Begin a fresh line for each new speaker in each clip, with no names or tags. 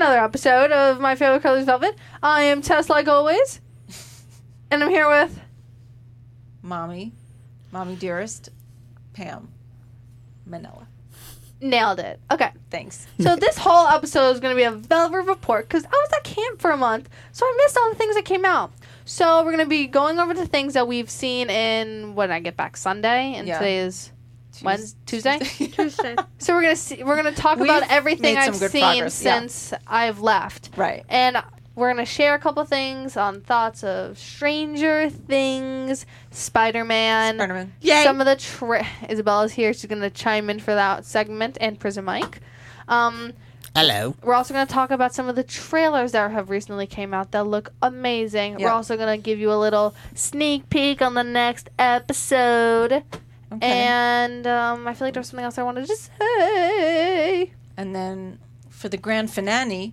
episode of My Favorite Colors Velvet. I am Tess, like always, and I'm here with
Mommy, Mommy Dearest, Pam, Manila.
Nailed It. Okay,
Thanks.
so this whole episode is going to be a Velvet report because I was at camp for a month, so I missed all the things that came out. So we're going to be going over the things that we've seen in when I get back Sunday, and
Yeah.
today is
Tues-
Wednesday. Tuesday.
Tuesday.
So we're gonna see, we're gonna talk about
We've
everything
made some
I've
good
seen
progress, yeah.
since I've left.
right.
And we're going to share a couple things on thoughts of Stranger Things, Spider Man,
Spider-Man.
some of the. Tra- Isabella's here. She's going to chime in for that segment and Prison Mike. Um,
Hello.
we're also going to talk about some of the trailers that have recently came out that look amazing. We're
Yep.
also going to give you a little sneak peek on the next episode.
Okay.
And
And,
um, I feel like there's something else I wanted to say.
then for the grand finale,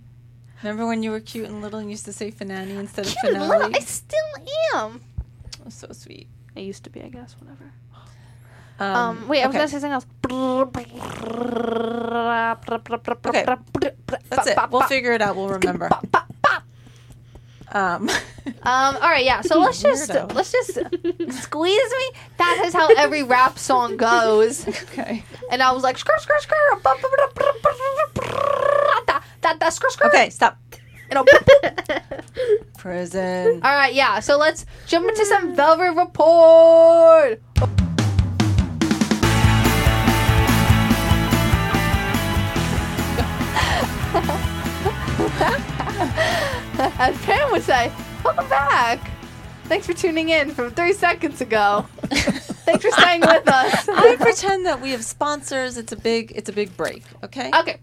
remember when you were cute and little and used to say finale instead of
Cute little-
finale?
I still am.
Oh, so sweet.
I used to be, I guess. Whatever. Um, wait, I was
okay.
gonna say something else.
That's it. We'll figure it out. We'll remember. Um,
Um, all right, yeah. So let's just
Weirdo.
let's just squeeze me. That is how every rap song goes.
okay.
And I was like, skr skr skr, ba- ba- ba- ba- ba- ba- da- da- da- skr skr.
Okay, stop.
And I'll-
Prison.
All right, yeah. So let's jump into some Velvet Report. As Pam would say, welcome back. Thanks for tuning in from three seconds ago. Thanks for staying with us.
I pretend that we have sponsors. It's a big, it's a big break. Okay.
Okay.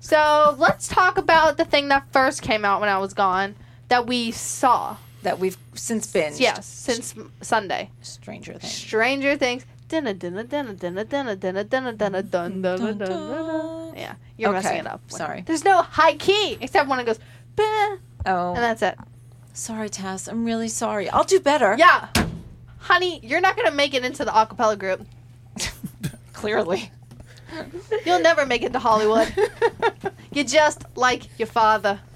So let's talk about the thing that first came out when I was gone that we saw.
That we've since been.
Yes, since Sunday.
Stranger Things.
Stranger Things. Dinna dinna dinna dinna dinna dinna dinna dinna dun dun dun dun dun.
Dun-dun.
Yeah, you're messing
Okay,
it up.
sorry.
There's no high key except when it goes, bah,
Oh,
and that's it.
sorry, Tess. I'm really sorry. I'll do better.
Yeah, honey, you're not gonna make it into the acapella group.
clearly.
You'll never make it to Hollywood. You're just like your father.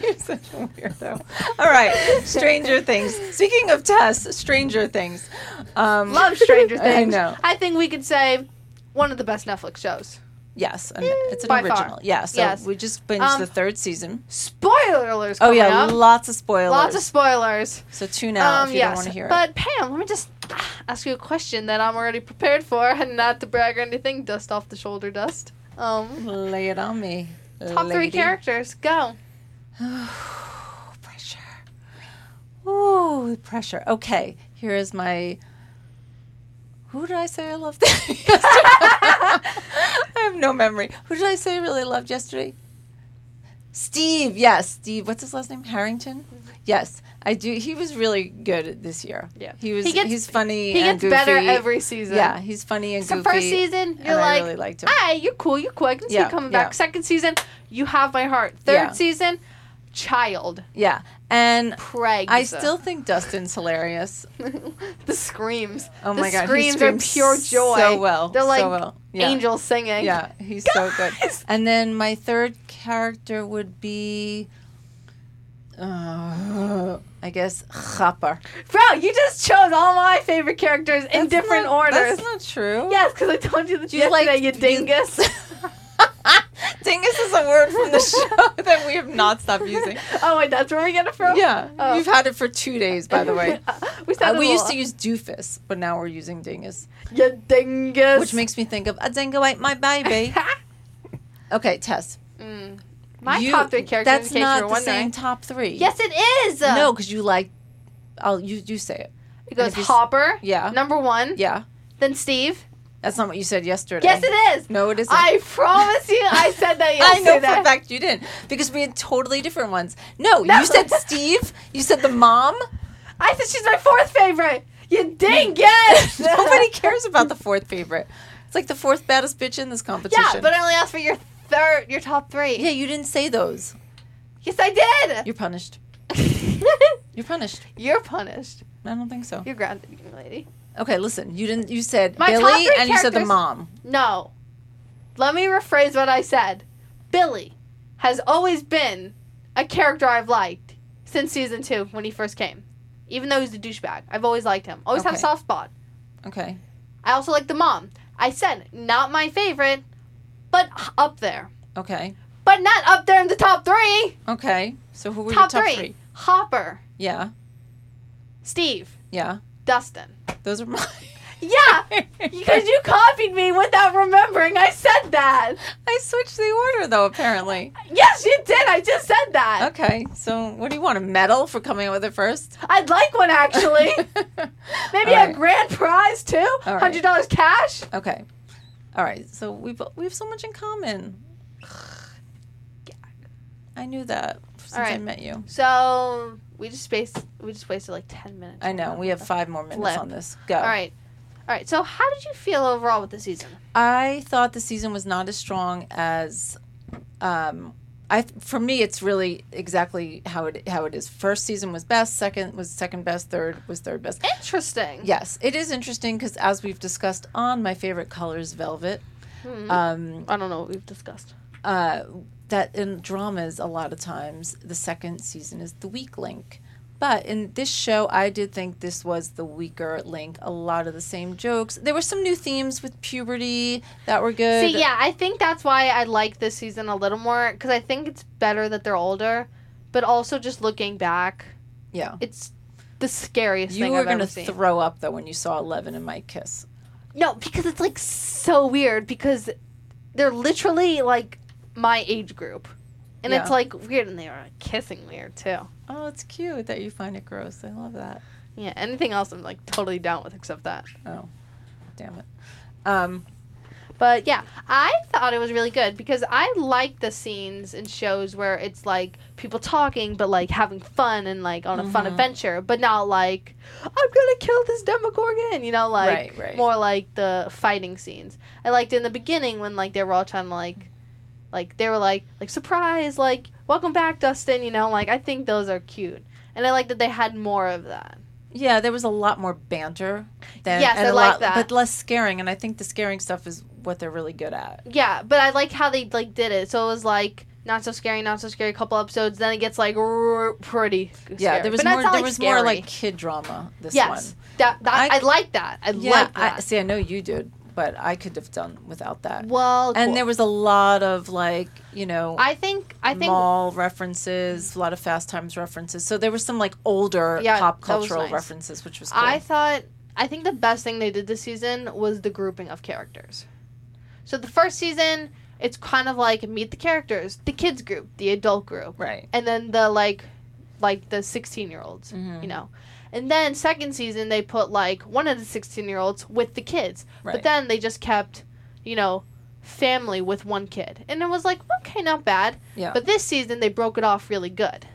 You're such a weirdo. All right, Stranger Things. Speaking of Tess, Stranger Things. Um,
Love Stranger
I
Things.
know.
I think we could say one of the best Netflix shows.
Yes, an, it's an
Eh, By far.
original. Yeah, so
Yes.
we just binged
Um,
the third season.
Spoiler alerts.
Oh
coming
yeah,
up.
lots of spoilers.
lots of spoilers.
so tune out if you don't
Um, yes,
want to hear
but Pam, let me just ask you a question that I'm already prepared for, and not to brag or anything. Dust off the shoulder dust.
it.
Um,
Lay it on me.
top three
lady.
characters. Go.
Oh, pressure. Ooh, the pressure. Okay, here is my. Who did I say I loved? yesterday? I have no memory. Who did I say I really loved yesterday? Steve. Yes, Steve. What's his last name? Harrington.
Mm-hmm.
Yes, I do. He was really good this year.
Yeah.
he was.
He gets-
he's funny.
He
and
gets better
goofy.
every season.
Yeah, he's funny and
So
goofy.
first season, you're
and I
like, "Ah!"
really liked him.
"Hey, you're cool. You're quick. I can see
Yeah,
you coming
yeah.
back." Second season, you have my heart. Third
Yeah.
season, child
Yeah, and
pregs.
I still think Dustin's hilarious.
the screams.
Oh
the
my god,
screams
he
are
screams
pure joy.
So well,
They're
so
like
well. Yeah.
angels singing.
Yeah, he's so good.
Guys!
And then my third character would be, uh, I guess, Chopper.
Bro, you just chose all my favorite characters in
That's
different
not-
orders.
That's not true.
Yes, because I told you that you
You
yesterday,
liked-
you dingus.
Dingus is a word from the show that we have not stopped using.
oh wait, that's where we get it from.
Yeah,
Oh.
we've had it for two days, by the way.
Uh, we
Uh,
said
we used to use doofus, but now we're using dingus,
you dingus,
which makes me think of a dingo ate my baby. okay, Tess.
Mm. My
you-
top three characters.
That's
in case
not
you were
the
wondering.
same top three.
Yes, it is.
No, because you like. I'll you you say it.
it goes
if you s-
Hopper,
Yeah.
number one,
Yeah.
then Steve.
That's not what you said yesterday.
Yes, it is.
No, it isn't.
I promise you, I said that
I know
yesterday.
for a fact you didn't because we had totally different ones. No,
No.
you said Steve. You said the mom.
I said she's my fourth favorite. You dingus.
Nobody cares about the fourth favorite. It's like the fourth baddest bitch in this competition.
Yeah, but I only asked for your third, your top three.
yeah, you didn't say those.
Yes, I
You're punished.
did.
You're punished.
You're punished.
I don't think so.
You're grounded, young lady.
Okay, listen. You didn't. You said
My top
Billy
three
and you said the
characters-
mom.
No. Let me rephrase what I said. Billy has always been a character I've liked since season two when he first came. Even though he's a douchebag, I've always liked him. Always had a
Okay.
soft spot.
Okay.
I also like the mom. I said not my favorite, but h- up there.
Okay.
But not up there in the top three.
Okay. So who were
top,
your top
three.
three?
Hopper,
Yeah.
Steve,
Yeah.
Dustin.
Those are mine.
Yeah, because you copied me without remembering. I said that.
I switched the order though, apparently.
Yes, you did. I just said that.
Okay. So what do you want? A medal for coming up with it first?
I'd like one actually. Maybe
All
a
right.
grand prize too.
All right.
Hundred dollars cash.
Okay. All right. So we bo- we have so much in common. I knew that since I
right.
met you.
So we just spaced. We just wasted like ten minutes.
I know. We have five more minutes
Flip.
on this. Go.
All right, all right. So how did you feel overall with the season?
I thought the season was not as strong as, um, I for me it's really exactly how it how it is. First season was best. Second was second best. Third was third best.
Interesting.
Yes, it is interesting because as we've discussed on my favorite colors, velvet.
Hmm.
Um,
I don't know what we've discussed.
uh, that in dramas a lot of times the second season is the weak link but in this show i did think this was the weaker link a lot of the same jokes there were some new themes with puberty that were good
See, yeah, I think that's why I like this season a little more because I think it's better that they're older, but also just looking back,
Yeah.
it's the scariest
you
thing
were
I've
gonna
ever seen.
throw up though when you saw 11 and my kiss
No, because it's like so weird because they're literally like my age group. And it's
Yeah.
like weird and they are kissing weird too.
oh it's cute that you find it gross i love that
Yeah, anything else I'm like totally down with except that.
damn it um,
But yeah, I thought it was really good because I like the scenes in shows where it's like people talking but like having fun and like on a fun
Mhm.
adventure, but not like I'm gonna kill this Demogorgon, you know, like
Right, right.
more like the fighting scenes. I liked in the beginning when like they were all trying to like like they were like like surprise, like welcome back, Dustin, you know, like I think those are cute. And I like that they had more of that.
yeah there was a lot more banter than
Yes,
and
I
a
like
lot-
that.
but less scaring and i think the scaring stuff is what they're really good at
Yeah, but I like how they like did it. So it was like not so scary, not so scary. Couple episodes, then it gets like r- pretty. Scary.
Yeah, there was
But that's
more.
not,
there was more
scary.
like kid drama. This
yes,
one.
that, that I,
I-
like that. I
Yeah,
like
I,
that.
see, I know you did, but I could have done without that.
well,
And
cool.
there was a lot of like you know
I think I think
mall references, a lot of Fast Times references. So there was some like older
Yeah,
pop
that was
cultural
nice.
references, which was cool.
I thought I think the best thing they did this season was the grouping of characters. So the first season, it's kind of like meet the characters, the kids group, the adult group,
right.
and then the like, like the sixteen year olds.
Mhm.
you know. And then second season they put like one of the 16 year olds with the kids. But
Right.
then they just kept, you know, family with one kid. And it was like, okay, not bad.
Yeah.
But this season they broke it off really good.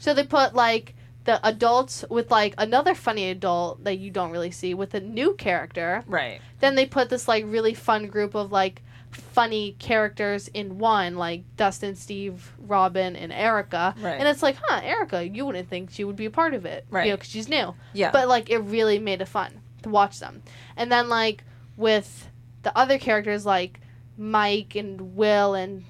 So they put like the adults with like another funny adult that you don't really see with a new character.
right.
Then they put this like really fun group of like funny characters in one, like Dustin, Steve, Robin, and Erica.
Right.
And it's like, huh, Erica, you wouldn't think she would be a part of it, You know,
Right.
because she's new.
Yeah.
But like, it really made it fun to watch them. And then like with the other characters, like Mike and Will and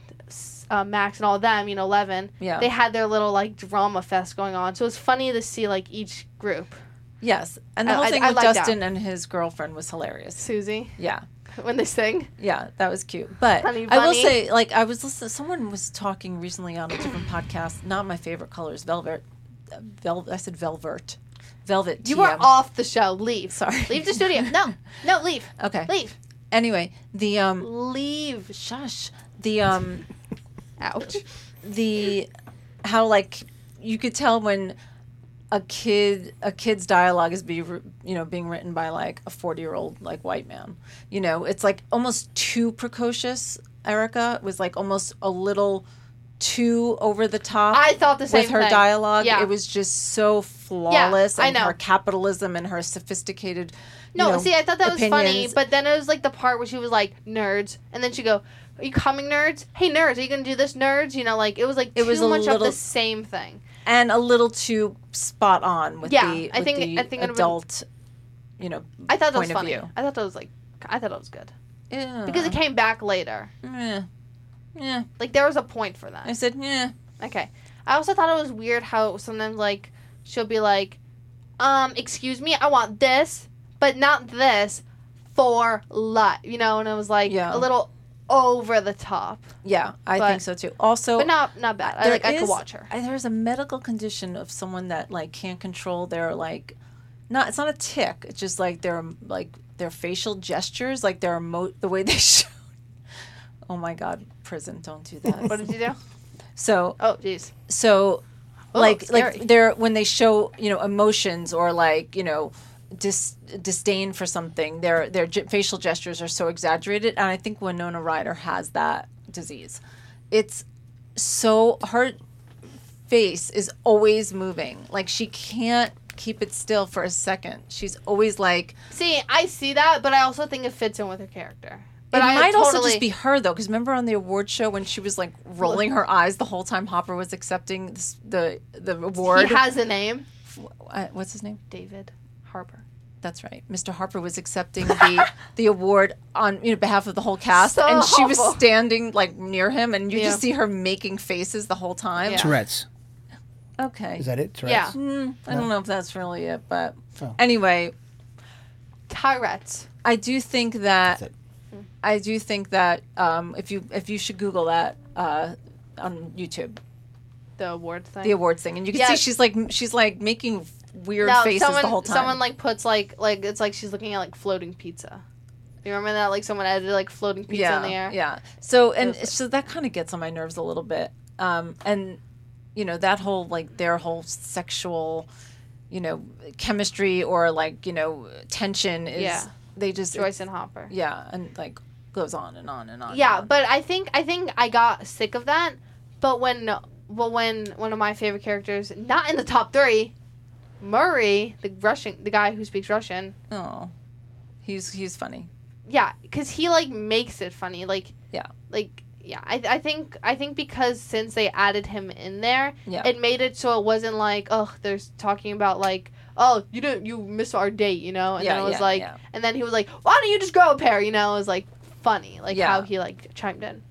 uh, Max and all them, you know, Levin,
yeah.
they had their little like drama fest going on. So it's funny to see like each group.
yes. And the
I-
whole
I-
thing
I
with
like that.
Justin and his girlfriend was hilarious.
Susie,
Yeah.
when they sing.
Yeah, that was cute. But
Honey
I will
bunny.
say, like, I was listening. Someone was talking recently on a different podcast. Not my favorite color is velvet. uh, Vel- I said velvet. Velvet.
You
TM.
are off the show. Leave.
Sorry.
Leave the studio. No, no, leave.
Okay.
Leave.
Anyway, the um,
Leave.
shush. The um,
Ouch.
the how like you could tell when a kid a kid's dialogue is be you know being written by like a 40 year old like white man you know it's like almost too precocious erica was like almost a little too over the top
I thought the same
with her
thing.
dialogue
Yeah.
it was just so flawless
I
and
know.
her capitalism and her sophisticated you
No,
know,
see, I thought that was funny,
opinions.
but then it was like the part where she was like, "Nerds," and then she go, "Are you coming, nerds? Hey, nerds, are you gonna do this, nerds?" You know, like it was like
It
too
was a
much of
little-
the same thing.
and a little too spot on with
Yeah,
the
I
with
think-
the
I think it would've been-
adult you know
I thought that was
Point of
funny.
view. Uh-huh.
I thought that was like, I thought it was good
yeah.
because it came back later.
Meh. Yeah.
Like there was a point for that.
I said, yeah.
Okay. I also thought it was weird how sometimes like she'll be like, um, excuse me, I want this, but not this for life. You know, and it was like
Yeah.
a little over the top.
Yeah, I
But-
think so too. Also,
but not not bad. I
there
like I could
is-
watch her.
I, there's a medical condition of someone that like can't control their like not it's not a tick it's just like their like their facial gestures like their emo- the way they show oh my god prison don't do that
What did you do?
so
Oh jeez.
so
Oh,
like
scary.
like they're when they show you know emotions or like you know dis- disdain for something their their ge- facial gestures are so exaggerated and i think winona ryder has that disease it's so her face is always moving like she can't keep it still for a second she's always like
See, I see that, but I also think it fits in with her character. But
it
I
might
totally,
also just be her though, because remember on the award show when she was like rolling her eyes the whole time Hopper was accepting this, the the award.
He has a name,
uh, what's his name?
David Harper.
That's right. Mr. Harper was accepting the the award on you know, behalf of the whole cast,
So
and she was
awful.
standing like near him, and you
Yeah.
just see her making faces the whole time.
Yeah.
Tourette's.
Okay,
Is that it?
Yeah.
Tourette's?
Mm, I don't know if that's really it, but
Oh.
anyway,
Tourette's.
I do think that
That's it.
I do think that um, if you if you should Google that uh, on YouTube,
The award thing.
the awards thing, and you can
Yeah.
see she's like she's like making weird faces
someone,
the whole time.
Someone like puts like like it's like she's looking at like floating pizza. You remember that? Like someone added like floating pizza
yeah,
in the air.
Yeah. So and
Those-
so that kind of gets on my nerves a little bit. Um, and you know that whole like their whole sexual, you know, chemistry or like you know tension is
Yeah.
they just
Joyce and Hopper.
yeah and like goes on and on and on. and
Yeah,
on.
but I think I think I got sick of that. But when well when one of my favorite characters, not in the top three, Murray, the Russian, the guy who speaks Russian.
oh, he's he's funny.
Yeah, because he like makes it funny. Like
Yeah.
like yeah. I I think I think because since they added him in there,
Yeah.
it made it so it wasn't like oh they're talking about like oh you didn't you missed our date you know and
yeah,
then it was
yeah,
like
yeah.
and then he was like why don't you just grow a pair you know it was like funny like
Yeah.
how he like chimed in.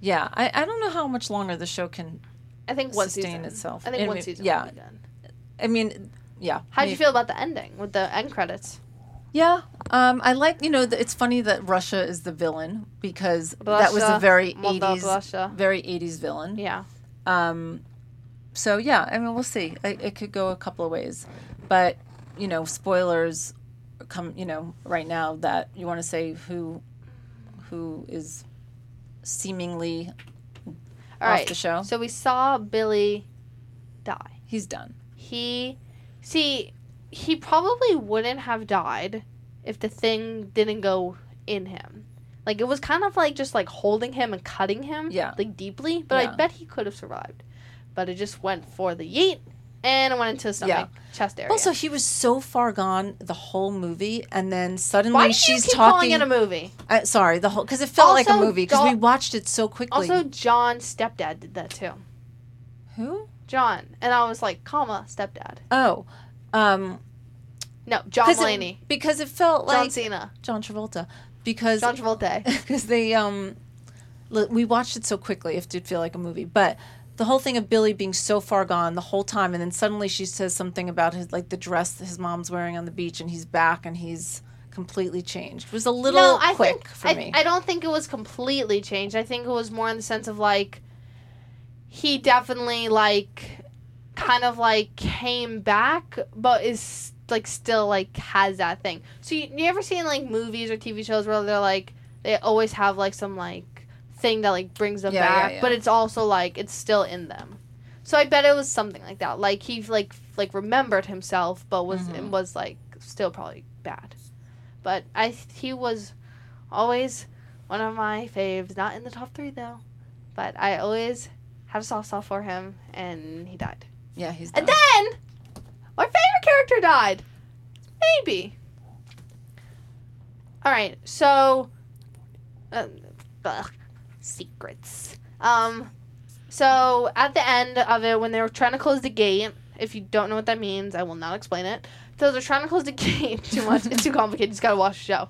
yeah. I, I don't know how much longer the show can
I think one
sustain
season.
itself.
I think one
mean,
season.
Yeah,
will be done.
I mean, yeah.
How do you
maybe-
feel about the ending with the end credits?
Yeah, um, I like you know th- it's funny that Russia is the villain because that was
Russia,
a very
Mother
eighties,
Russia.
very eighties villain.
Yeah.
Um, so yeah, I mean we'll see. I, it could go a couple of ways, but you know spoilers come. You know right now that you want to say who who is seemingly
All
off
right.
the show.
So we saw Billy die.
He's done.
He, see, he probably wouldn't have died if the thing didn't go in him. Like it was kind of like just like holding him and cutting him.
Yeah.
Like deeply, but
Yeah.
I bet he could have survived. But it just went for the yeet, and it went into his stomach, chest area.
Also, he was so far gone the whole movie, and then suddenly
why do you
she's
keep calling
talking.
it a movie?
uh, sorry, the whole because it felt like a
Also,
movie because we
don't-
watched it so quickly.
Also, John's stepdad did that too.
Who?
John. And I was like, comma, stepdad.
Oh, um,
No, John
'cause
Mulaney.
It, because it felt
John
like
Cena.
John Travolta, because
John Travolta.
because they um, l- we watched it so quickly, it did feel like a movie. But the whole thing of Billy being so far gone the whole time, and then suddenly she says something about his like the dress that his mom's wearing on the beach, and he's back and he's completely changed. It was a little quick
think,
for
I,
me.
I don't think it was completely changed. I think it was more in the sense of like he definitely like kind of like came back but is like still like has that thing. So you, you ever seen like movies or TV shows where they're like they always have like some like thing that like brings them
Yeah, yeah,
back
yeah.
but it's also like it's still in them. So I bet it was something like that. Like he like f- like remembered himself but was
Mhm.
and was like still probably bad. But I he was always one of my faves. Not in the top three though, but I always had a soft spot for him, and he died.
yeah, he's done.
And then my favorite character died. Maybe. All right, so um, ugh, secrets. Um, so at the end of it, when they were trying to close the gate, if you don't know what that means, I will not explain it. So they're trying to close the gate too much. It's too complicated. You just gotta watch the show.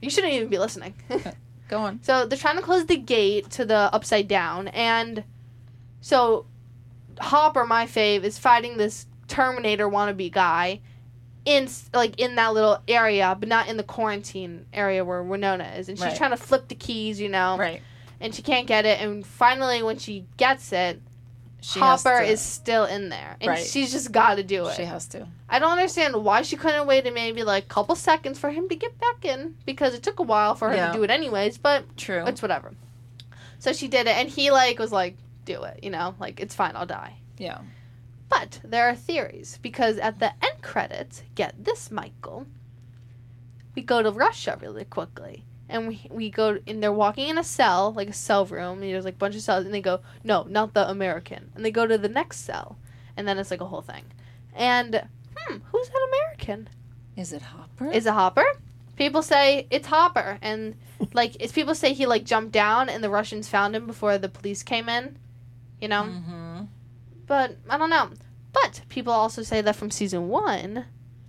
You shouldn't even be listening.
Go on.
So they're trying to close the gate to the upside down, and so Hopper, my fave, is fighting this Terminator wannabe guy in s- like in that little area, but not in the quarantine area where Winona is, and she's
Right.
trying to flip the keys, you know,
Right.
and she can't get it, and finally when she gets it,
She has
Hopper
to-
is still in there, and
Right.
she's just got to do it.
She has to.
I don't understand why she couldn't wait a maybe like couple seconds for him to get back in because it took a while for her
Yeah.
to do it anyways, but
True.
it's whatever. So she did it, and he like was like, "Do it," you know, like it's fine, I'll die.
Yeah.
But there are theories because at the end credits, get this, Michael. We go to Russia really quickly, and we we go and they're walking in a cell like a cell room. And there's like a bunch of cells, and they go, "No, not the American," and they go to the next cell, and then it's like a whole thing. And hmm, who's that American?
Is it Hopper?
Is it Hopper? People say it's Hopper, and like it's people say he like jumped down, and the Russians found him before the police came in. You know, um,
Mm-hmm.
but I don't know. But people also say that from season one,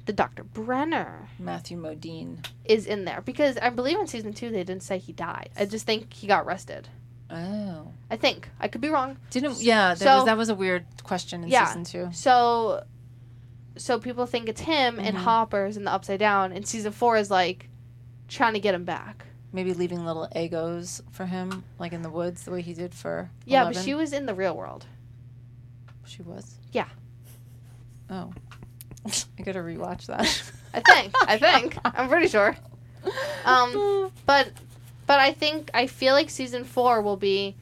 the Doctor Brenner
Mm-hmm. Matthew Modine.
is in there because I believe in season two they didn't say he died. I just think he got arrested.
Oh.
I think I could be wrong.
Didn't yeah, there
So-
was, that was a weird question in
Yeah.
season two.
So, so people think it's him and
Mhm.
Hopper's in the Upside Down, and season four is like trying to get him back.
Maybe leaving little egos for him, like in the woods, the way he did for
Yeah,
11.
but she was in the real world.
She was?
Yeah.
Oh. I gotta rewatch that.
I think. I think. I'm pretty sure. Um, But but I think I feel like season four will be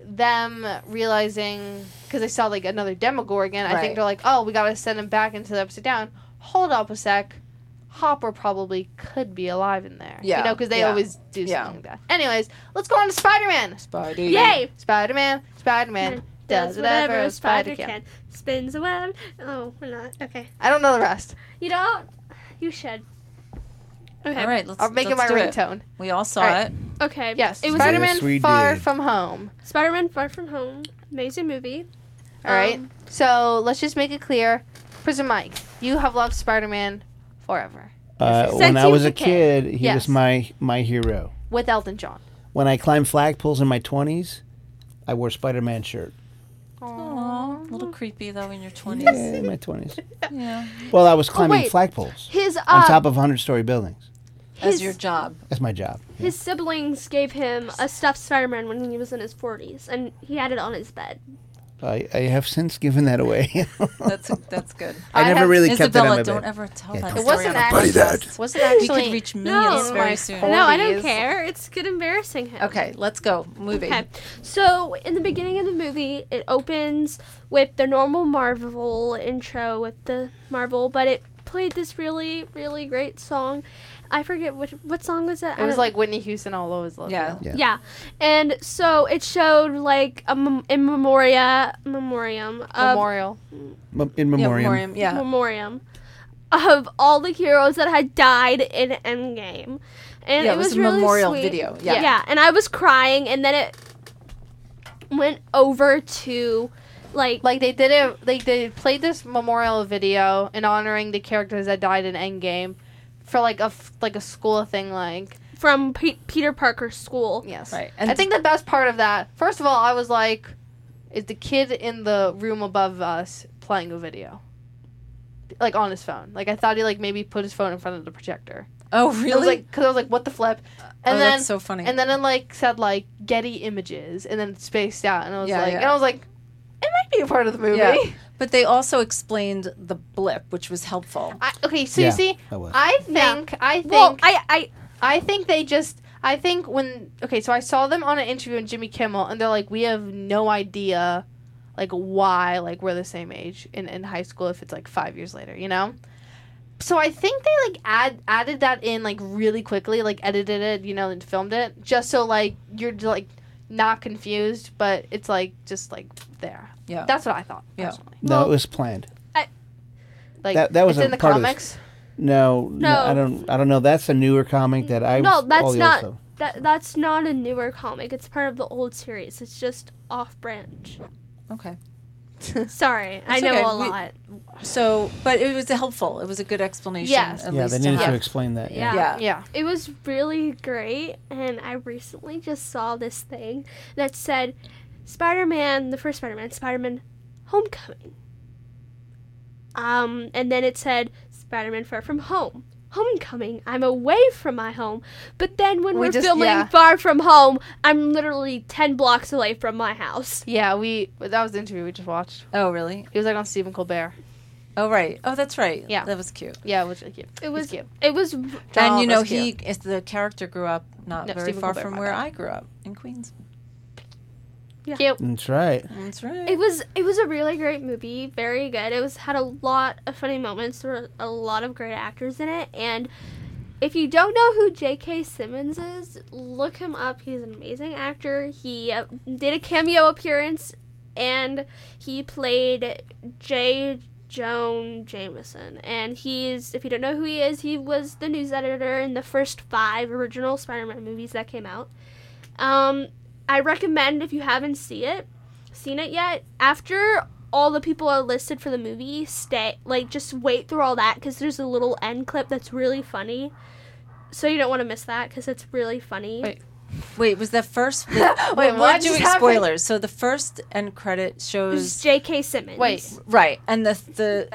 them realizing because they saw like another Demogorgon. I
Right.
think they're like, oh, we gotta send him back into the Upside Down. Hold up a sec. Hopper probably could be alive in there.
Yeah,
You know, because they
yeah,
always do something
yeah.
like that. Anyways, let's go on to Spider Man.
Spidey.
Yay! Spider Man, Spider Man
Mm,
Hmm. does whatever a spider can.
Spins a web. Oh, we're not. Okay.
I don't know the rest.
You don't? You should. Okay.
All right, let's,
I'll make it
let's
my
do it.
ringtone.
We all saw
All right.
it.
Okay.
Yes,
It was
Spider Man
Spider-Man.
Yes, we
Far
did.
From Home.
Spider-Man Far From Home. Amazing movie.
All right.
Um,
So let's just make it clear, Prison Mike, you have loved Spider-Man forever
Uh,
Since
when I
he
was
was
a
a kid.
kid, he
Yes.
was my my hero.
with Elton John.
When I climbed flagpoles in my twenties, I wore Spider Man shirt.
Aw, a little creepy though in your
Yeah,
twenties.
in my twenties.
yeah,
Well, I was climbing
wait.
flagpoles
His uh,
on top of hundred story buildings.
as
his,
your job.
That's my job.
his siblings gave him a stuffed Spider-Man when he was in his 40s, and he had it on his bed.
I, I have since given that away.
That's that's good.
I
I, never
have-
really kept that on
Isabella,
my
don't
bed.
ever tell
Yeah,
that.
don't
it
story
wasn't
on a
actually
podcast.
wasn't
We
actually
could reach millions
No.
very
My
soon.
poor-
No, I don't
Please.
care. It's good embarrassing him.
Okay, let's go. Movie.
Okay. So in the beginning of the movie, it opens with the normal Marvel intro with the Marvel, but it played this really, really great song. I forget which what song was it.
It was like Whitney Houston all over his love.
Yeah.
you
Yeah.
yeah, and so it showed like a mem- in memoria, memoriam,
know?
Um,
of,
Memorial.
Mem- in
Yeah,
memoriam.
memoriam. Yeah.
memoriam of all the heroes that had died in Endgame, and
Yeah,
it, was,
a
really
memorial
sweet.
video. Yeah.
yeah. and I was crying, and then it went over to like,
Like they did it. Like they played this memorial video in honoring the characters that died in Endgame, for like a f- like a school thing. Like
from P- Peter Parker's school.
yes.
Right. And
I think the best part of that. First of all, I was like, is the kid in the room above us playing a video? Like on his phone. Like I thought he like maybe put his phone in front of the projector. I
Oh,
was
really?
like, because I was like, what the flip? And
oh,
then
that's so funny.
and then it like said like Getty Images, and then it spaced out, and I was
Yeah,
like,
yeah.
and I was like, it might be a part of the movie.
Yeah. but they also explained the blip, which was helpful.
I, okay, so
Yeah.
you see,
I was.
I think I think
Well, I, I
I think they just I think when okay, so I saw them on an interview with Jimmy Kimmel and they're like, We have no idea like why like we're the same age in, in high school if it's like five years later, you know? So I think they like add added that in like really quickly, like edited it, you know, and filmed it. Just so like you're like not confused, but it's like just like there.
Yeah.
That's what I thought.
Yeah.
Personally.
No,
Well-
it was planned.
Like
That- that was
it's
a
in the
part of the-
comics.
No, no,
No.
I don't. I don't know. That's a newer comic that I.
No, that's
all the other
not-
stuff.
that that's not a newer comic. It's part of the old series. It's just off branch.
Okay.
Sorry, I
It's
know
okay.
a
We-
lot.
So, but it was helpful. It was a good explanation.
Yes.
At
yeah,
least
they needed
have.
to explain that. Yeah.
Yeah.
Yeah.
Yeah.
It was really great, and I recently just saw this thing that said Spider Man, the first Spider Man, Spider Man Homecoming. Um, and then it said Spider Man Far From Home. Homecoming, I'm away from my home. But then when
We
we are
just-
filming
yeah.
Far From Home, I'm literally 10 blocks away from my house.
Yeah, we that was the interview we just watched.
Oh, really?
He was like on Stephen Colbert.
Oh, right. Oh, that's right.
Yeah.
That was cute.
Yeah, which like, cute.
It
was
was,
cute.
it was,
John
and you know,
Oliver's
he
cute.
is the character grew up not
No,
very
Stephen
far
Colbert,
from
my
where
bad.
I grew up in Queens.
cute.
That's right.
That's right.
It was it was a really great movie, very good. It was had a lot of funny moments. There were a lot of great actors in it, and if you don't know who J.K. Simmons is, look him up. He's an amazing actor. He uh, did a cameo appearance, and he played J. Joan Jameson. And he's if you don't know who he is, he was the news editor in the first five original Spider-Man movies that came out. Um, I recommend if you haven't seen it, seen it yet. After all the people are listed for the movie, stay like just wait through all that because there's a little end clip that's really funny. So you don't want to miss that because it's really funny.
Wait.
Wait, was the first? Wait,
Wait,
we're
what
doing
just happened?
spoilers. So the first end credit
This is
shows
J.K. Simmons.
Wait.
right, and the the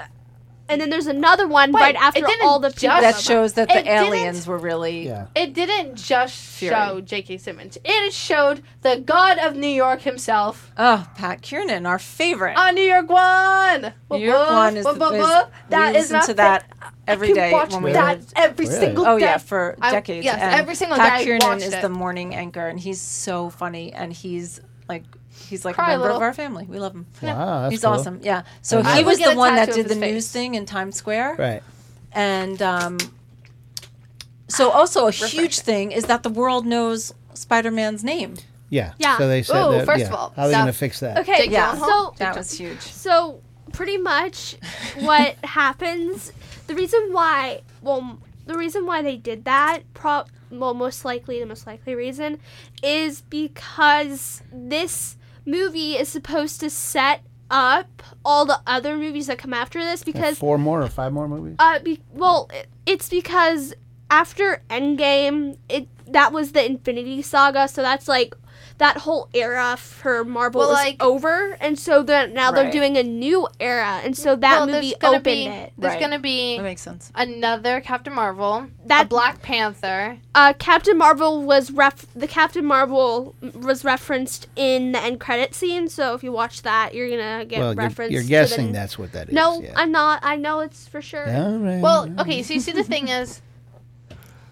and then there's another one
Wait,
right
it
after
didn't
all the people.
just-
that shows that the
It didn't-
aliens were really
Yeah.
It didn't just
Fury.
show J.K. Simmons. It showed the God of New York himself
oh Pat Kiernan, our favorite.
on New York One. Woof,
New York
woof,
one is,
woof, woof,
the, is
woof. That
we
is
listen
my
to that every
I
day
watch
when we
that
lived-
every
Really?
single
Oh
day.
yeah, for
I-
decades.
yes,
and
every single
Pat
day I
Kiernan
watched
is
it.
the morning anchor, and he's so funny, and he's like he's like
Cry a
a member of
little.
our family. We love him.
Wow, that's
he's
cool.
awesome. Yeah. So
I
he
would
was
get
the
a
one that
tattoo
did
of
the
his
news
face.
thing in Times Square,
Right.
and um, so
Ah,
also a huge
Refreshing.
thing is that the world knows Spider-Man's name.
Yeah.
Yeah.
So they said
Ooh,
that.
first
yeah.
of all,
how are they
so-
going to fix that?
Okay,
Jake
Yeah.
so
That was huge.
So pretty much, what happens? The reason why, well, the reason why they did that, prop, well, most likely the most likely reason, is because this movie is supposed to set up all the other movies that come after this
Like
because
four more or five more movies.
uh, be- well, it- it's because after Endgame, it that was the Infinity Saga, so that's like that whole era for Marvel
Well,
is
like-
over, and so then now they're
Right.
doing a new era, and so that
Well, there's
movie
gonna
opened
be-
it.
There's
Right.
gonna
That
be
makes sense.
another Captain Marvel, a
That
Black Panther.
uh, Captain Marvel was ref the Captain Marvel was referenced in the end credit scene, so if you watch that, you're gonna get
well, you're,
referenced.
you're
to the-
guessing that's what that is.
No,
yeah.
I'm not. I know it's for sure.
All right.
Well, okay, so you see the thing is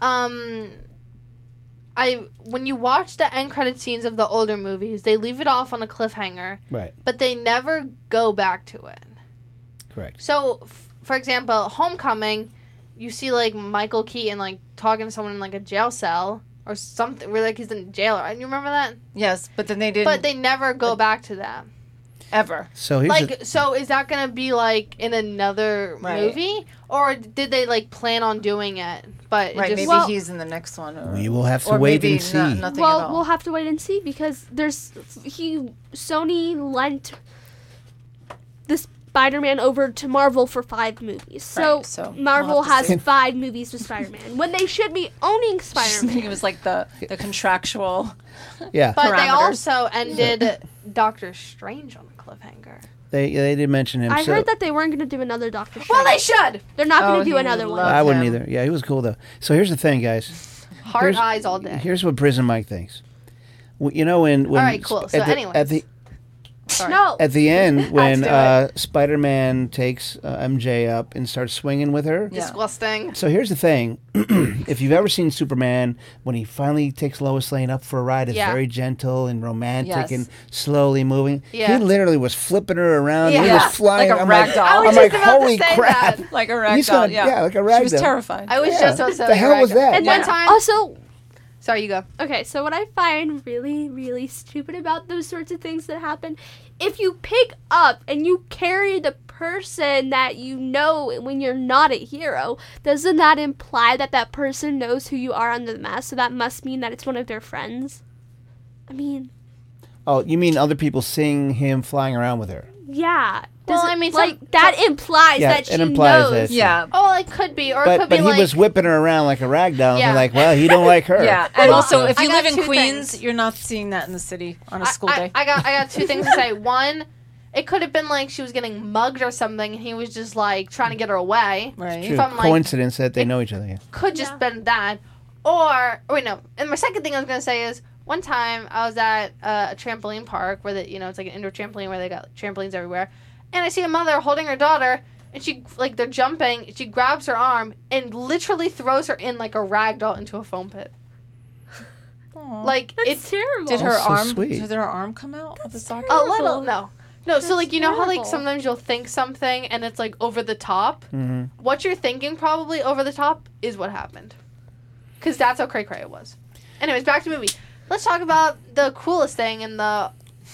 um I when you watch the end credit scenes of the older movies, they leave it off on a cliffhanger,
Right.
but they never go back to it.
Correct.
So, f- for example, Homecoming, you see like Michael Keaton like talking to someone in like a jail cell or something where like he's in jail. Or, you remember that?
Yes, but then they didn't
But they never go back to that.
ever.
So here's the-
Like, so is that gonna be like in another
Right.
movie, or did they like plan on doing it? But it
Right,
just,
maybe
Well-
he's in the next one. Or,
We will have to
uh, or
wait
maybe
and see.
not- nothing at
Well,
all.
we'll have to wait and see because there's he Sony lent the Spider-Man over to Marvel for five movies. So,
Right, so we'll
Marvel
have
has
to see.
five movies with Spider-Man when they should be owning
I just think
Spider-Man.
it was like the, the contractual.
yeah.
but they
parameters.
also ended Doctor Strange on a cliffhanger.
They they didn't mention him.
I
so
heard that they weren't going to do another Doctor
Well,
Strange.
they should.
They're not
Oh,
going to
he
do another one.
loved-
I wouldn't
him.
either. Yeah, he was cool though. So here's the thing, guys.
Hard
Here's-
eyes all day.
Here's what Prison Mike thinks. W- You know when when
right, cool.
sp-
So
at the, at
anyways.
the
Sorry.
No,
at the end
do
when
it.
uh, Spider-Man takes uh, MJ up and starts swinging with her.
Yeah.
disgusting.
So here's the thing: if you've ever seen Superman, when he finally takes Lois Lane up for a ride, it's
Yeah.
very gentle and romantic
Yes.
and slowly moving.
Yeah.
He literally was flipping her around. He
Yeah.
was flying.
Like a
I'm
rag
like,
doll. I was
I'm
just
like,
about to
holy
say
crap!
that.
Like a rag
He's
doll.
gonna-
yeah.
yeah, like a rag
She was
doll.
terrified.
I was
Yeah.
just about to say
The hell
I
was
got-
that?
and
One
then
time,
also
sorry, you go.
Okay, so what I find really, really stupid about those sorts of things that happen, if you pick up and you carry the person that you know when you're not a hero, doesn't that imply that that person knows who you are under the mask? So that must mean that it's one of their friends. I mean,
Oh, you mean other people seeing him flying around with her?
Yeah.
Well,
Does it-
I mean, some-
like that implies
Yeah,
that
it
she
implies
knows.
that.
Yeah.
Oh, it could be, or it
But
could
but
be
he
like
was whipping her around like a rag doll.
Yeah.
And they're like, well, you don't like her.
Yeah, and
Well,
also if
I
you
got
live in
two
Queens,
things.
you're not seeing that in the city on a
I-
school
I,
day.
I got I got two things to say. One, it could have been like she was getting mugged or something, and he was just like trying to get her away.
right.
True.
From, like-
Coincidence that they know each other. yeah.
Could just
Yeah.
been that, or wait no. And my second thing I was gonna say is one time I was at uh, a trampoline park where the you know it's like an indoor trampoline where they got trampolines everywhere, and I see a mother holding her daughter. And she like they're jumping. She grabs her arm and literally throws her in like a rag doll into a foam pit.
Aw.
Like
That's
it's
terrible.
did her
That's so
arm
sweet.
did her arm come out of the socket?
a
terrible.
little no, no.
That's
so like you know how like
terrible.
sometimes you'll think something and it's like over the top.
hmm
what you're thinking probably over the top is what happened. Because that's how cray cray it was. Anyways, back to the movie. Let's talk about the coolest thing and the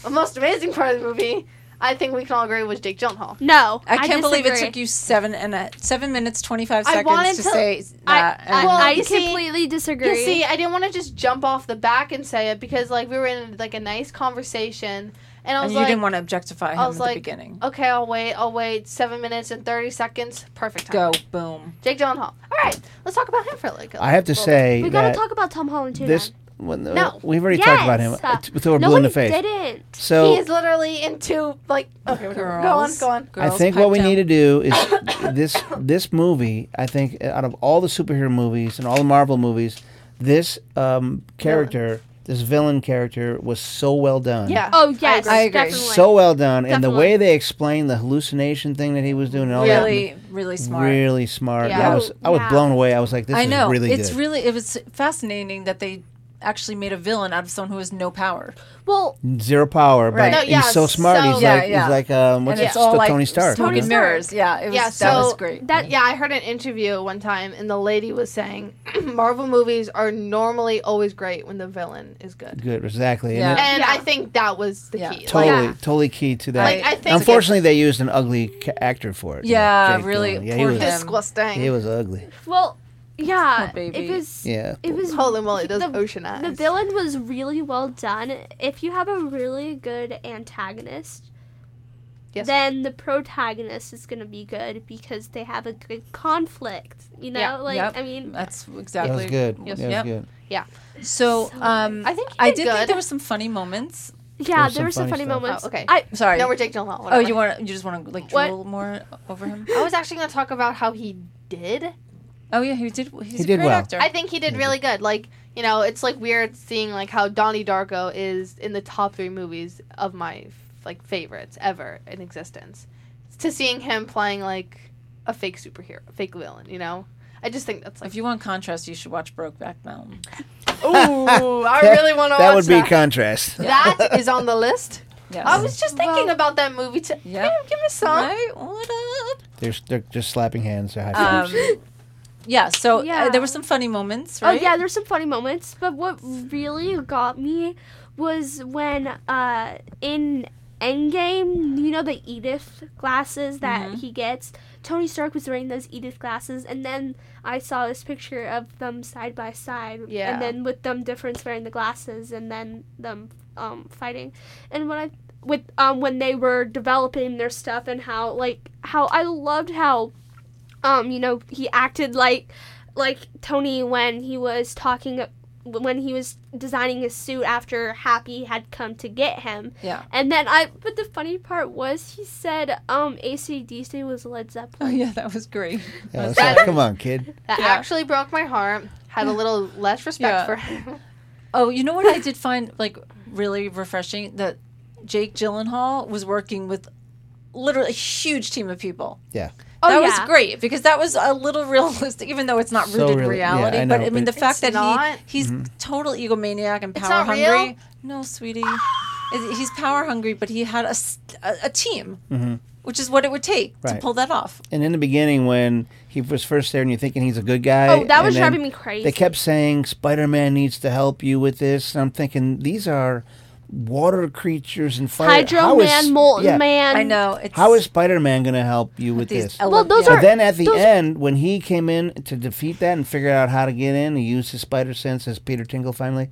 most amazing part of the movie. I think we can all agree was Jake Gyllenhaal.
No,
I can't believe it
disagree.
took you seven and a, seven minutes twenty five
I wanted
seconds to,
to-
say
I-
that.
I,
and-
Well,
I
you see-
completely disagree.
Yeah, see, I didn't want to just jump off the back and say it because like we were in like a nice conversation, and I
and
was
you
like,
didn't want to objectify him
I
at
was
the
like,
beginning.
okay, I'll wait, I'll wait seven minutes and thirty seconds, perfect. Time.
Go boom.
Jake Gyllenhaal. All right, let's talk about him for like. a
I have to
little
say
we gotta
that
talk about Tom Holland too.
this.
then.
When,
No.
We've already talked about him
Yes.
uh, t- until we're
no,
blue in
we
the face.
didn't.
So
he is literally into like. Okay, whatever. go on,
Girls.
go on.
I
Girls
think what
pipe
we
down.
need to do is this this movie. I think out of all the superhero movies and all the Marvel movies, this um, character, this villain character, was so well done.
Yeah.
Oh yes,
agree. I agree.
definitely.
so well done, and the
Definitely.
way they explained the hallucination thing that he was doing, and all that,
Really, really smart.
really smart.
Yeah.
I was I was
Yeah.
blown away. I was like, this
I know.
is really
it's
good.
really it was fascinating that they actually made a villain out of someone who has no power.
well,
Zero power,
Right. No,
but
yeah,
he's so smart.
so-
he's
Yeah,
like
yeah.
he's like um, what's
and
it,
it's all like
Tony Stark.
smoke
you
and
know?
mirrors. Yeah, it was,
yeah,
that
so
was great.
that yeah, I heard an interview one time and the lady was saying Marvel movies are normally always great when the villain is good.
Good, exactly. And
Yeah.
it-
And
Yeah.
I think that was the
Yeah.
key.
totally,
Like,
Yeah.
totally key to that.
like, I
Right.
think
Unfortunately, they used an ugly ca- actor for it. you know,
Yeah,
Jake
really,
Gyllenhaal. Yeah,
poor
it's
he was.
him.
disgusting.
He was ugly.
well, yeah.
Poor baby.
It was.
Yeah.
It was.
Holy moly, those
the-
ocean eyes.
The villain was really well done. If you have a really good antagonist,
Yes.
then the protagonist is going to be good because they have a good conflict. You know,
Yeah.
like
Yep.
I mean,
That's
That
exactly.
was good.
Yes.
That was
Yep.
good.
So,
So
um,
I think he
I
did
did
good.
think there were some funny moments.
yeah,
There's
there were some funny
stuff.
moments.
Oh, okay.
I
Sorry.
no, we're Jake Gyllenhaal.
oh,
whatever.
you want you just want to like
What?
drool more over him?
I was actually going to talk about how he did.
Oh yeah, he did. He's
He
a
did
great
well.
actor.
I think he did really good. Like you know, it's like weird seeing like how Donnie Darko is in the top three movies of my like favorites ever in existence. To seeing him playing like a fake superhero, fake villain. You know, I just think that's like
if you want contrast, you should watch Brokeback Mountain.
ooh, I really want to.
That
watch
would be
that.
contrast.
Oh, that is on the list.
Yes.
I was just thinking
Well,
about that movie. To
yeah.
Hey, give me some.
Right? What up?
They're, they're just slapping hands. They're high
Um,
fives.
yeah. So
Yeah.
Uh, there were some funny moments,
Oh
right?
yeah, there's some funny moments, but what really got me was when uh in Endgame, you know the Edith glasses that
Mhm.
he gets. Tony Stark was wearing those Edith glasses, and then I saw this picture of them side by side,
Yeah.
and then with them difference wearing the glasses, and then them um fighting, and when I with um when they were developing their stuff and how like how I loved how um you know he acted like like Tony when he was talking when he was designing his suit after Happy had come to get him.
Yeah.
And then I but the funny part was he said um ACDC was Led Zeppelin.
Oh yeah, that was great.
Yeah,
was
it's like,
that-
come on, kid.
That
Yeah.
actually broke my heart. Had a little less respect
Yeah.
for him.
Oh, you know what I did find like really refreshing that Jake Gyllenhaal was working with literally a huge team of people.
Yeah.
Oh,
that
yeah.
was great because that was a little realistic, even though it's not
So
rooted in
reali- yeah,
reality.
I
but
know,
I mean,
but- Mm-hmm.
the fact
It's
that
not.
he he's total egomaniac and
It's
power
not
hungry.
real?
No, sweetie, It- he's power hungry, but he had a s- a- a team,
Mhm.
which is what it would take to
Right.
pull that off.
And in the beginning, when he was first there, and you're thinking he's a good guy.
oh, that
and
was
then
driving me crazy.
They kept saying Spider-Man needs to help you with this, and I'm thinking these are water creatures and fire.
Hydro
how is-
Man, Molten
yeah,
Man.
I know. It's,
How is Spider-Man going to help you with
these
this?
ele-
Well, those
yeah.
But
are-
then at the
those-
end, when he came in to defeat that and figure out how to get in, he used his spider sense as Peter Tingle finally,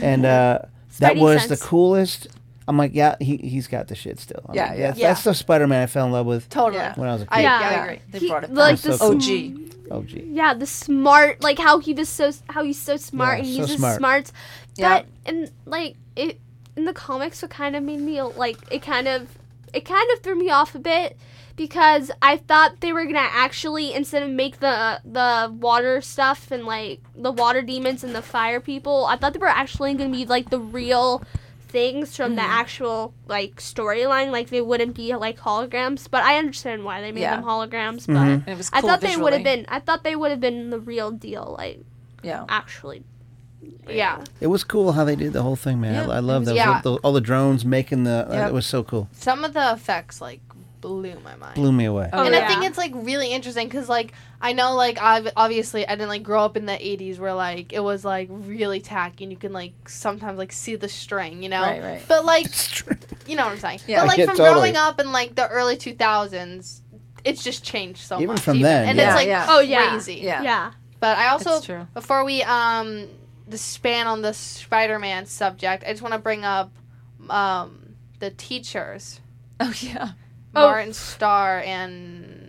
and uh, that
Spidey
was
sense.
the coolest. I'm like, yeah, he he's got the shit still. I'm
Yeah,
like,
yeah.
That's,
Yeah.
that's the Spider-Man I fell in love with
Totally.
Yeah.
when I was a kid.
I, yeah. I
Yeah.
agree.
They
He-
brought it
like
back.
the
I'm so
Oh
sm-
OG.
Oh gee.
Yeah, the smart, like how he was so how he's so smart
Yeah,
and
so
uses
smart.
smarts.
Yeah.
But and like it in the comics, it kind of made me like it kind of it kind of threw me off a bit because I thought they were gonna actually instead of make the the water stuff and like the water demons and the fire people, I thought they were actually gonna be like the real things from
Mm-hmm.
the actual like storyline like they wouldn't be like holograms but i understand why they made
Yeah.
them holograms but
Mhm.
And it was
I
cool
thought they would have
visually.
been. I thought they would have been the real deal, like
Yeah.
actually.
Yeah.
It was cool how they did the whole thing, man.
Yeah,
I, I
it
love
was-
those
Yeah.
the- all the drones making the. uh,
Yep.
it was so cool.
Some of the effects like blew my mind.
Blew me away.
Oh,
and
yeah.
I think it's like really interesting because like I know like I've obviously I didn't like grow up in the '80s where like it was like really tacky and you can like sometimes like see the string, you know.
Right, right.
But like
true.
you know what I'm saying.
Yeah.
But like
Yeah,
from
totally.
growing up in like the early 2000s, it's just changed so
Even
much.
from then,
and
yeah.
it's like
Yeah.
oh
Oh,
yeah,
yeah.
crazy.
Yeah.
Yeah.
But I also
It's true.
before we um span on the Spider-Man subject, I just want to bring up um the teachers
Oh yeah.
Oh.
Martin Starr and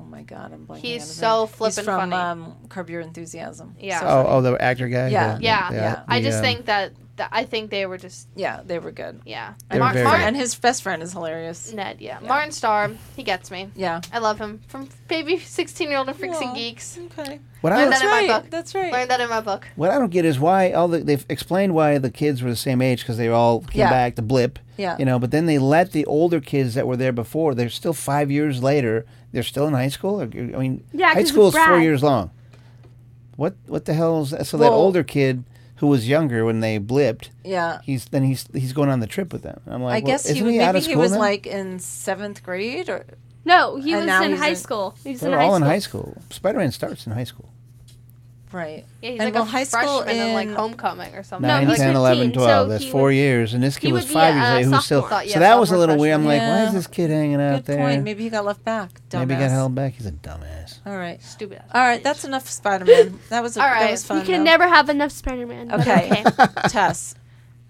Oh my God, I'm blanking.
He's
on his
so
name.
flippin'
He's from,
funny.
Um, Curb Your Enthusiasm.
Yeah.
So
Oh,
funny.
oh, the actor guy.
Yeah.
the-
Yeah.
the-
Yeah.
I
the,
just
um,
think that, that I think they were just
Yeah, they were good.
yeah.
They were
Mar-
very
Martin
And his best friend is hilarious.
Ned, yeah.
Yeah.
Martin Starr, he gets me.
Yeah.
I love him from Baby 16 Year Old and Freaks
Aw.
and Geeks.
Okay.
What I
Learn
don't,
that in my book.
That's right.
Learned that in my book.
what I don't get is why all the they've explained why the kids were the same age because they all came
Yeah.
back the blip.
Yeah.
You know, but then they let the older kids that were there before. They're still five years later. They're still in high school. Or, I mean,
Yeah,
high
'cause
school is four
Brad-
years long. What what the hell is that? So that
Well-
older kid who was younger when they blipped,
yeah.
he's then he's he's going on the trip with them. I'm like,
I
well,
guess he
isn't
was,
he, out
maybe
of
he
school
was
then?
like in seventh grade or
No, he
And
was
now
in
he's
high
in-
school. He was
they
in
were
high
all in
school.
high school. Spider Man starts in high school.
right.
Yeah, he's
And
like
well,
a
high school
freshman in like
in-
homecoming or something.
No,
Nine,
like,
he's
10, 11,
15, so
12. That's
he
four
would-
years. And this kid
he
was
would be
five
a,
years
uh,
late. Who's still.
sophomore. Thought,
yeah,
so that was a
sophomore,
little weird. I'm like, why is
Yeah.
this kid hanging out
Good
there?
point. Maybe he got left back. Dumbass.
Maybe he got held back. He's a dumbass.
All right.
Stupid. ass
All right.
bitch.
That's enough Spider Man. That was a,
All
that
right.
was
You
fun.
You can
though.
never have enough Spider-Man. but
Okay.
okay.
Tess.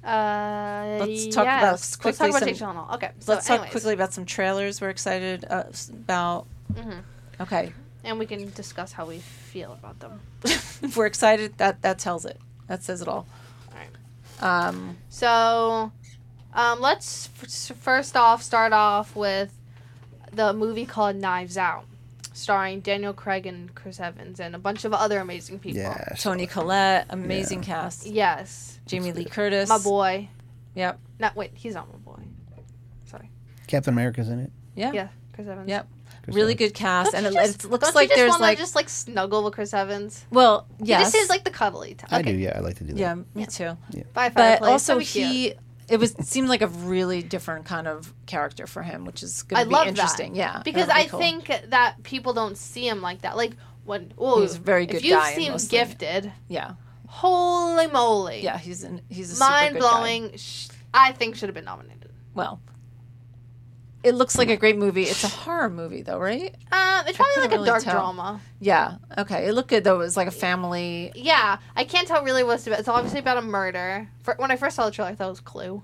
Uh,
Let's talk about
yes. Let's
quickly
talk about
some-
Jake Gyllenhaal. Okay. So
Let's
anyways,
talk quickly about some trailers we're excited uh, s- about.
Mhm.
Okay.
and we can discuss how we feel about them.
if we're excited, that that tells it. That says it all. Um,
So, um, let's f- first off start off with the movie called Knives Out, starring Daniel Craig and Chris Evans and a bunch of other amazing people.
Yeah. so-
Tony Collette, amazing cast.
Yes,
Jamie Lee Curtis.
my boy.
Yep.
No, wait, he's not my boy. Sorry.
Captain America's in it.
Yeah.
Yeah, Chris Evans.
Yep.
Chris
Really
Evans.
good cast,
Don't
and
you
it,
just-
it
don't
looks
you
like
just
thereves
wanna
like
just like snuggle with Chris Evans.
well,
Yeah.
yes,
This is like the cuddly. T- okay.
I do. Yeah, I like to do that.
yeah, me too.
Bye,
But
fireplace.
also
That'd be cute.
he, it was it seemed like a really different kind of character for him, which is going
I
to be
love that.
interesting. Yeah,
because
that'll be
I
cool.
think that people don't see him like that. Like when oh,
He's a very good
if you've
guy in
seen
mostly.
Gifted,
yeah,
holy moly,
yeah, he's an, he's a super
mind
good guy.
blowing. Sh- I think should have been nominated.
Well, it looks like a great movie. It's a horror movie though, right?
Um, it's probably
couldn't
like a
really
dark
tell.
drama.
Yeah. Okay. It looked good though. It was like a family.
Yeah, I can't tell really what it's about. It's obviously about a murder. For, when I first saw the trailer, I thought it was Clue.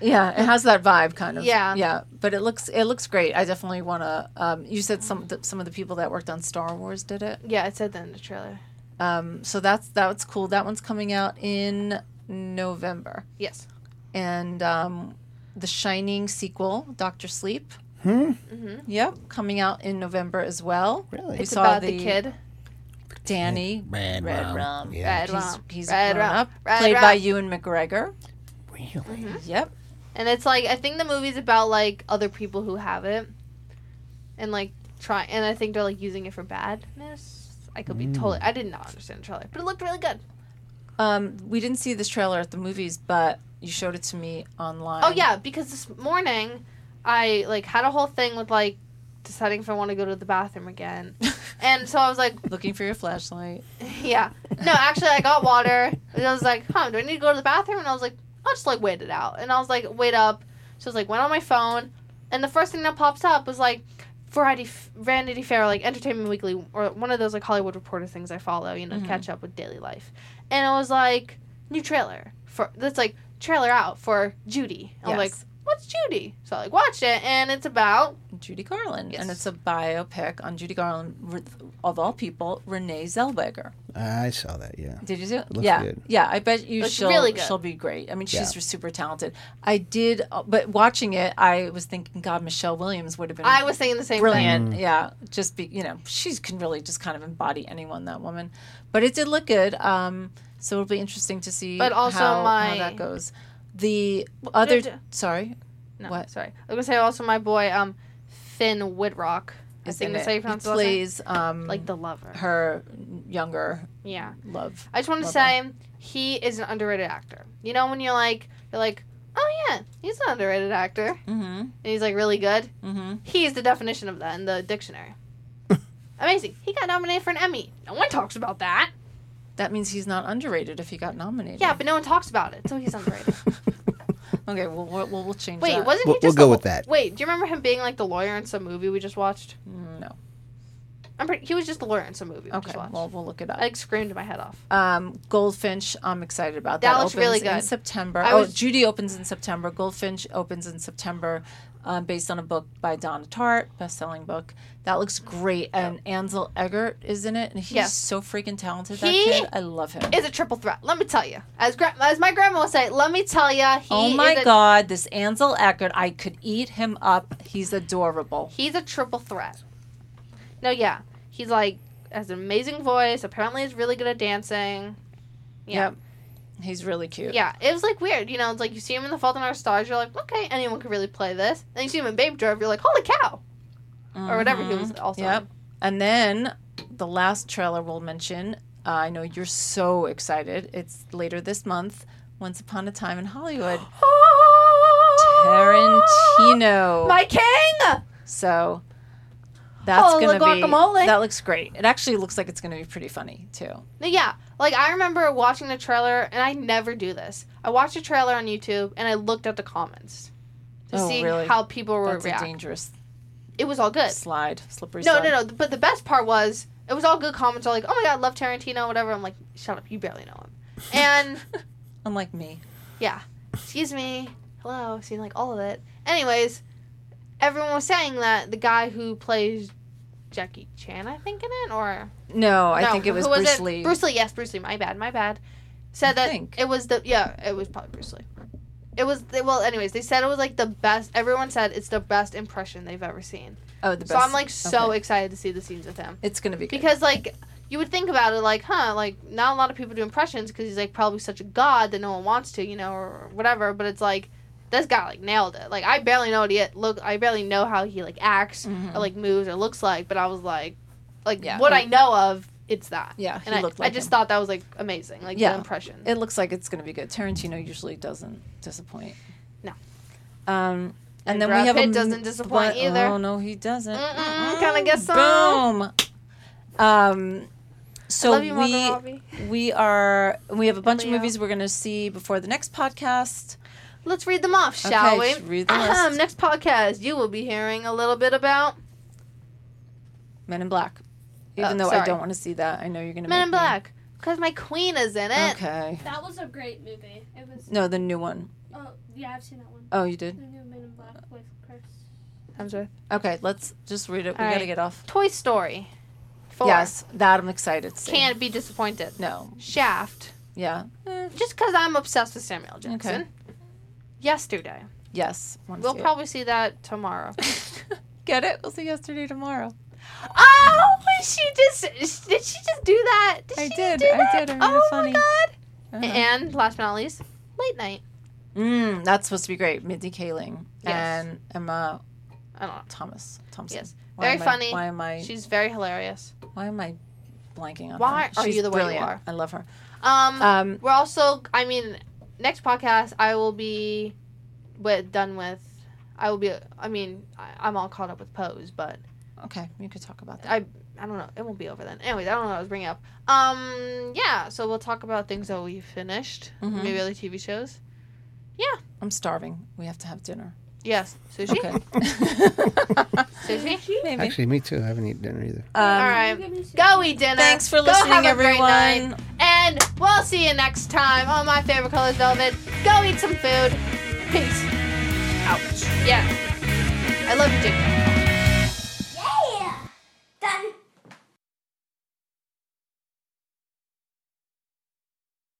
Yeah, it has that vibe kind of.
Yeah.
Yeah, but it looks it looks great. I definitely want to. Um, you said some th- some of the people that worked on Star Wars did it.
Yeah, it said that in the trailer.
Um, so that's that's cool. That one's coming out in November,
Yes.
and um, the Shining sequel, Doctor Sleep.
Hmm?
Yep, coming out in November as well.
Really?
We
It's
saw
about
the-
the kid.
Danny
Red
Red
Rum.
Rum.
Yeah.
Red
he's,
Rum.
he's
Red
grown
Rum.
up,
Red
played by
Rum.
Ewan McGregor.
Really?
Yep.
And it's like I think the movie's about like other people who have it, and like try. And I think they're like using it for badness. I could be
Mm.
totally. I did not understand the trailer, but it looked really good.
Um, we didn't see this trailer at the movies, but you showed it to me online.
Oh yeah, because this morning I like had a whole thing with like deciding if I want to go to the bathroom again, and so I was like,
Looking for your flashlight.
yeah, no, actually I got water, and I was like, huh, do I need to go to the bathroom? And I was like, I'll just like wait it out, and I was like, wait up. So I was like, went on my phone, and the first thing that pops up was like. Variety, F- Vanity Fair, like Entertainment Weekly, or one of those like Hollywood Reporter things I follow, you know, to catch up with daily life. And I was like, new trailer for that's like trailer out for Judy. I'm like,
Yes.
what's Judy? So I like watched it, and it's about
Judy Garland, and
Yes.
it's a biopic on Judy Garland, re- of all people, Renee Zellweger.
I saw that. Yeah.
Did you see? It?
looks
yeah,
good.
yeah. I bet you
Looks
she'll
really good.
she'll be great. I mean, she's
Yeah.
super talented. I did, uh, but watching it, I was thinking, God, Michelle Williams would have been.
I was saying the same thing.
Mm.
brilliant. Yeah, just be you know she can really just kind of embody anyone that woman, but it did look good. Um, so it'll be interesting to see.
But also
how, how
my-
that goes. The other
d-
sorry
No,
What?
sorry. I was gonna say also my boy um Finn Whitrock. I
is
think
in
that's
it.
how you
He
pronounce his last name.
plays um
Like the lover.
her younger
Yeah.
love.
I just want to
Love
say he is an underrated actor. You know when you're like you're like oh yeah he's an underrated actor and
Mm-hmm.
he's like really good.
Mm-hmm.
He is the definition of that in the dictionary. Amazing. He got nominated for an Emmy. No one talks about that.
That means he's not underrated if he got nominated.
Yeah, but no one talks about it, so he's underrated.
okay, well we'll, we'll, we'll change.
Wait,
that.
wasn't
We'll-
he just
we'll go
the-
with that.
Wait, do you remember him being like the lawyer in some movie we just watched?
No.
I'm pretty. He was just the lawyer in some movie we
Okay.
just watched.
Well, we'll look it up.
I like, screamed my head off.
Um, Goldfinch, I'm excited about that.
That looks really
opens In
good.
September.
I
oh,
was-
Judy opens in September. Goldfinch opens in September, um, based on a book by Donna Tartt, best-selling book. That looks great, and Ansel Egert is in it, and he's
Yes.
so freaking talented. That
He
kid, I love him.
Is a triple threat. Let me tell you, as gra- as my grandma would say, let me tell you, he
oh my
is a-
God, this Ansel Egert, I could eat him up. He's adorable.
he's a triple threat. No, yeah, he's like has an amazing voice. Apparently, is really good at dancing. Yeah,
He's really cute.
yeah. It was like weird, you know. It's like you see him in The Fault in Our Stars, you're like, okay, anyone could really play this. Then you see him in Babe Driver, you're like, holy cow, or whatever he
Mhm.
was also.
Yep.
in.
And then the last trailer we'll mention. Uh, I know you're so excited. It's later this month. Once upon a time in Hollywood. Tarantino.
My king.
so that's
Oh,
gonna
la
be
guacamole.
that looks great. It actually looks like it's gonna be pretty funny too.
No, Yeah, like I remember watching the trailer, and I never do this. I watched a trailer on YouTube, and I looked at the comments to
Oh,
see
really?
how people were
That's a
reacting.
dangerous
It was all good.
slide, slippery
Uh, No,
slide.
no, no. But the best part was it was all good comments. All like, "Oh my god, love Tarantino," whatever. I'm like, "Shut up, you barely know him." And
Unlike me.
excuse me, hello, seen like all of it. Anyways, everyone was saying that the guy who plays Jackie Chan, I think in it, or
No, I
No,
think it was
who
Bruce Lee.
Bruce Lee, yes, Bruce Lee. My bad, my bad.
I
Said that
think.
it was the yeah, it was probably Bruce Lee. It was they- well, anyways, they said it was like the best. Everyone said it's the best impression they've ever seen.
oh, the best.
so I'm like so
okay.
excited to see the scenes with him
it's gonna be good.
because like you would think about it like huh like not a lot of people do impressions because he's like probably such a god that no one wants to you know or whatever but it's like this guy like nailed it like I barely know what he look I barely know how he like acts
Mhm.
or like moves or looks like but I was like like
Yeah. Mm.
what I know of it's that
yeah, he
and I,
looked
I
like
just
him.
thought that was like amazing like
Yeah.
the impression
It looks like it's going to be good. Tarantino usually doesn't disappoint.
No.
Um, and,
And
then
Brad
we have
Pitt
a,
doesn't disappoint either.
Oh no, he doesn't.
Mm-mm, kinda guess so.
Boom. Um,
I
so
love you Margot
we
Robbie
we are we have a bunch of
Leo.
movies we're going to see before the next podcast.
let's read them off shall we
Okay,
Um,
read the list.
next podcast you will be hearing a little bit about
Men in Black. Even
Oh,
though I
sorry.
don't want to see that, I know you're going to.
Men in Black because my queen is in it
Okay.
That was a great movie. It was.
No, the new one.
Oh yeah, I've seen that one.
Oh, you did.
The new Men in Black with Chris.
I'm sorry
Okay, let's just read it. We
All
got to
right.
get off.
Toy Story. Four.
Yes, that I'm excited to see.
Can't be disappointed.
No.
Shaft.
Yeah.
Just because I'm obsessed with Samuel Jackson. Yesterday.
Yes. wanna
We'll
see it.
probably see that tomorrow.
Get it? We'll see yesterday tomorrow.
Oh, but she just did she just do that? Did
I
she Just
did,
do
I
that?
did, I made it
oh
funny.
my god!
Uh-huh.
And last but not least, late night.
Mm, that's supposed to be great. Mindy Kaling
Yes.
and Emma
I don't know.
Thomas Thompson.
Yes.
Why
Very
am I-
funny.
why am I?
She's very hilarious.
why am I blanking on?
Why
her?
are
She's
you the way you
brilliant.
are?
I love her.
Um,
Um,
we're also. I mean, next podcast I will be with done with. I will be. I mean, I, I'm all caught up with Pose, but
okay, you could talk about that.
I I don't know. It won't be over then. Anyways, I don't know what I was bringing up. Um, yeah. So we'll talk about things that we finished,
Mhm.
maybe other TV shows.
I'm starving. We have to have dinner.
Yes, sushi.
Okay.
Sushi.
Maybe.
Actually, me too. I haven't eaten dinner either.
Um,
All right. Goey dinner.
Thanks for
Go have
listening,
a great night.
everyone.
And we'll see you next time on My Favorite Color is Velvet. Go eat some food. Peace. Ouch. Yeah. I love you, Jacob.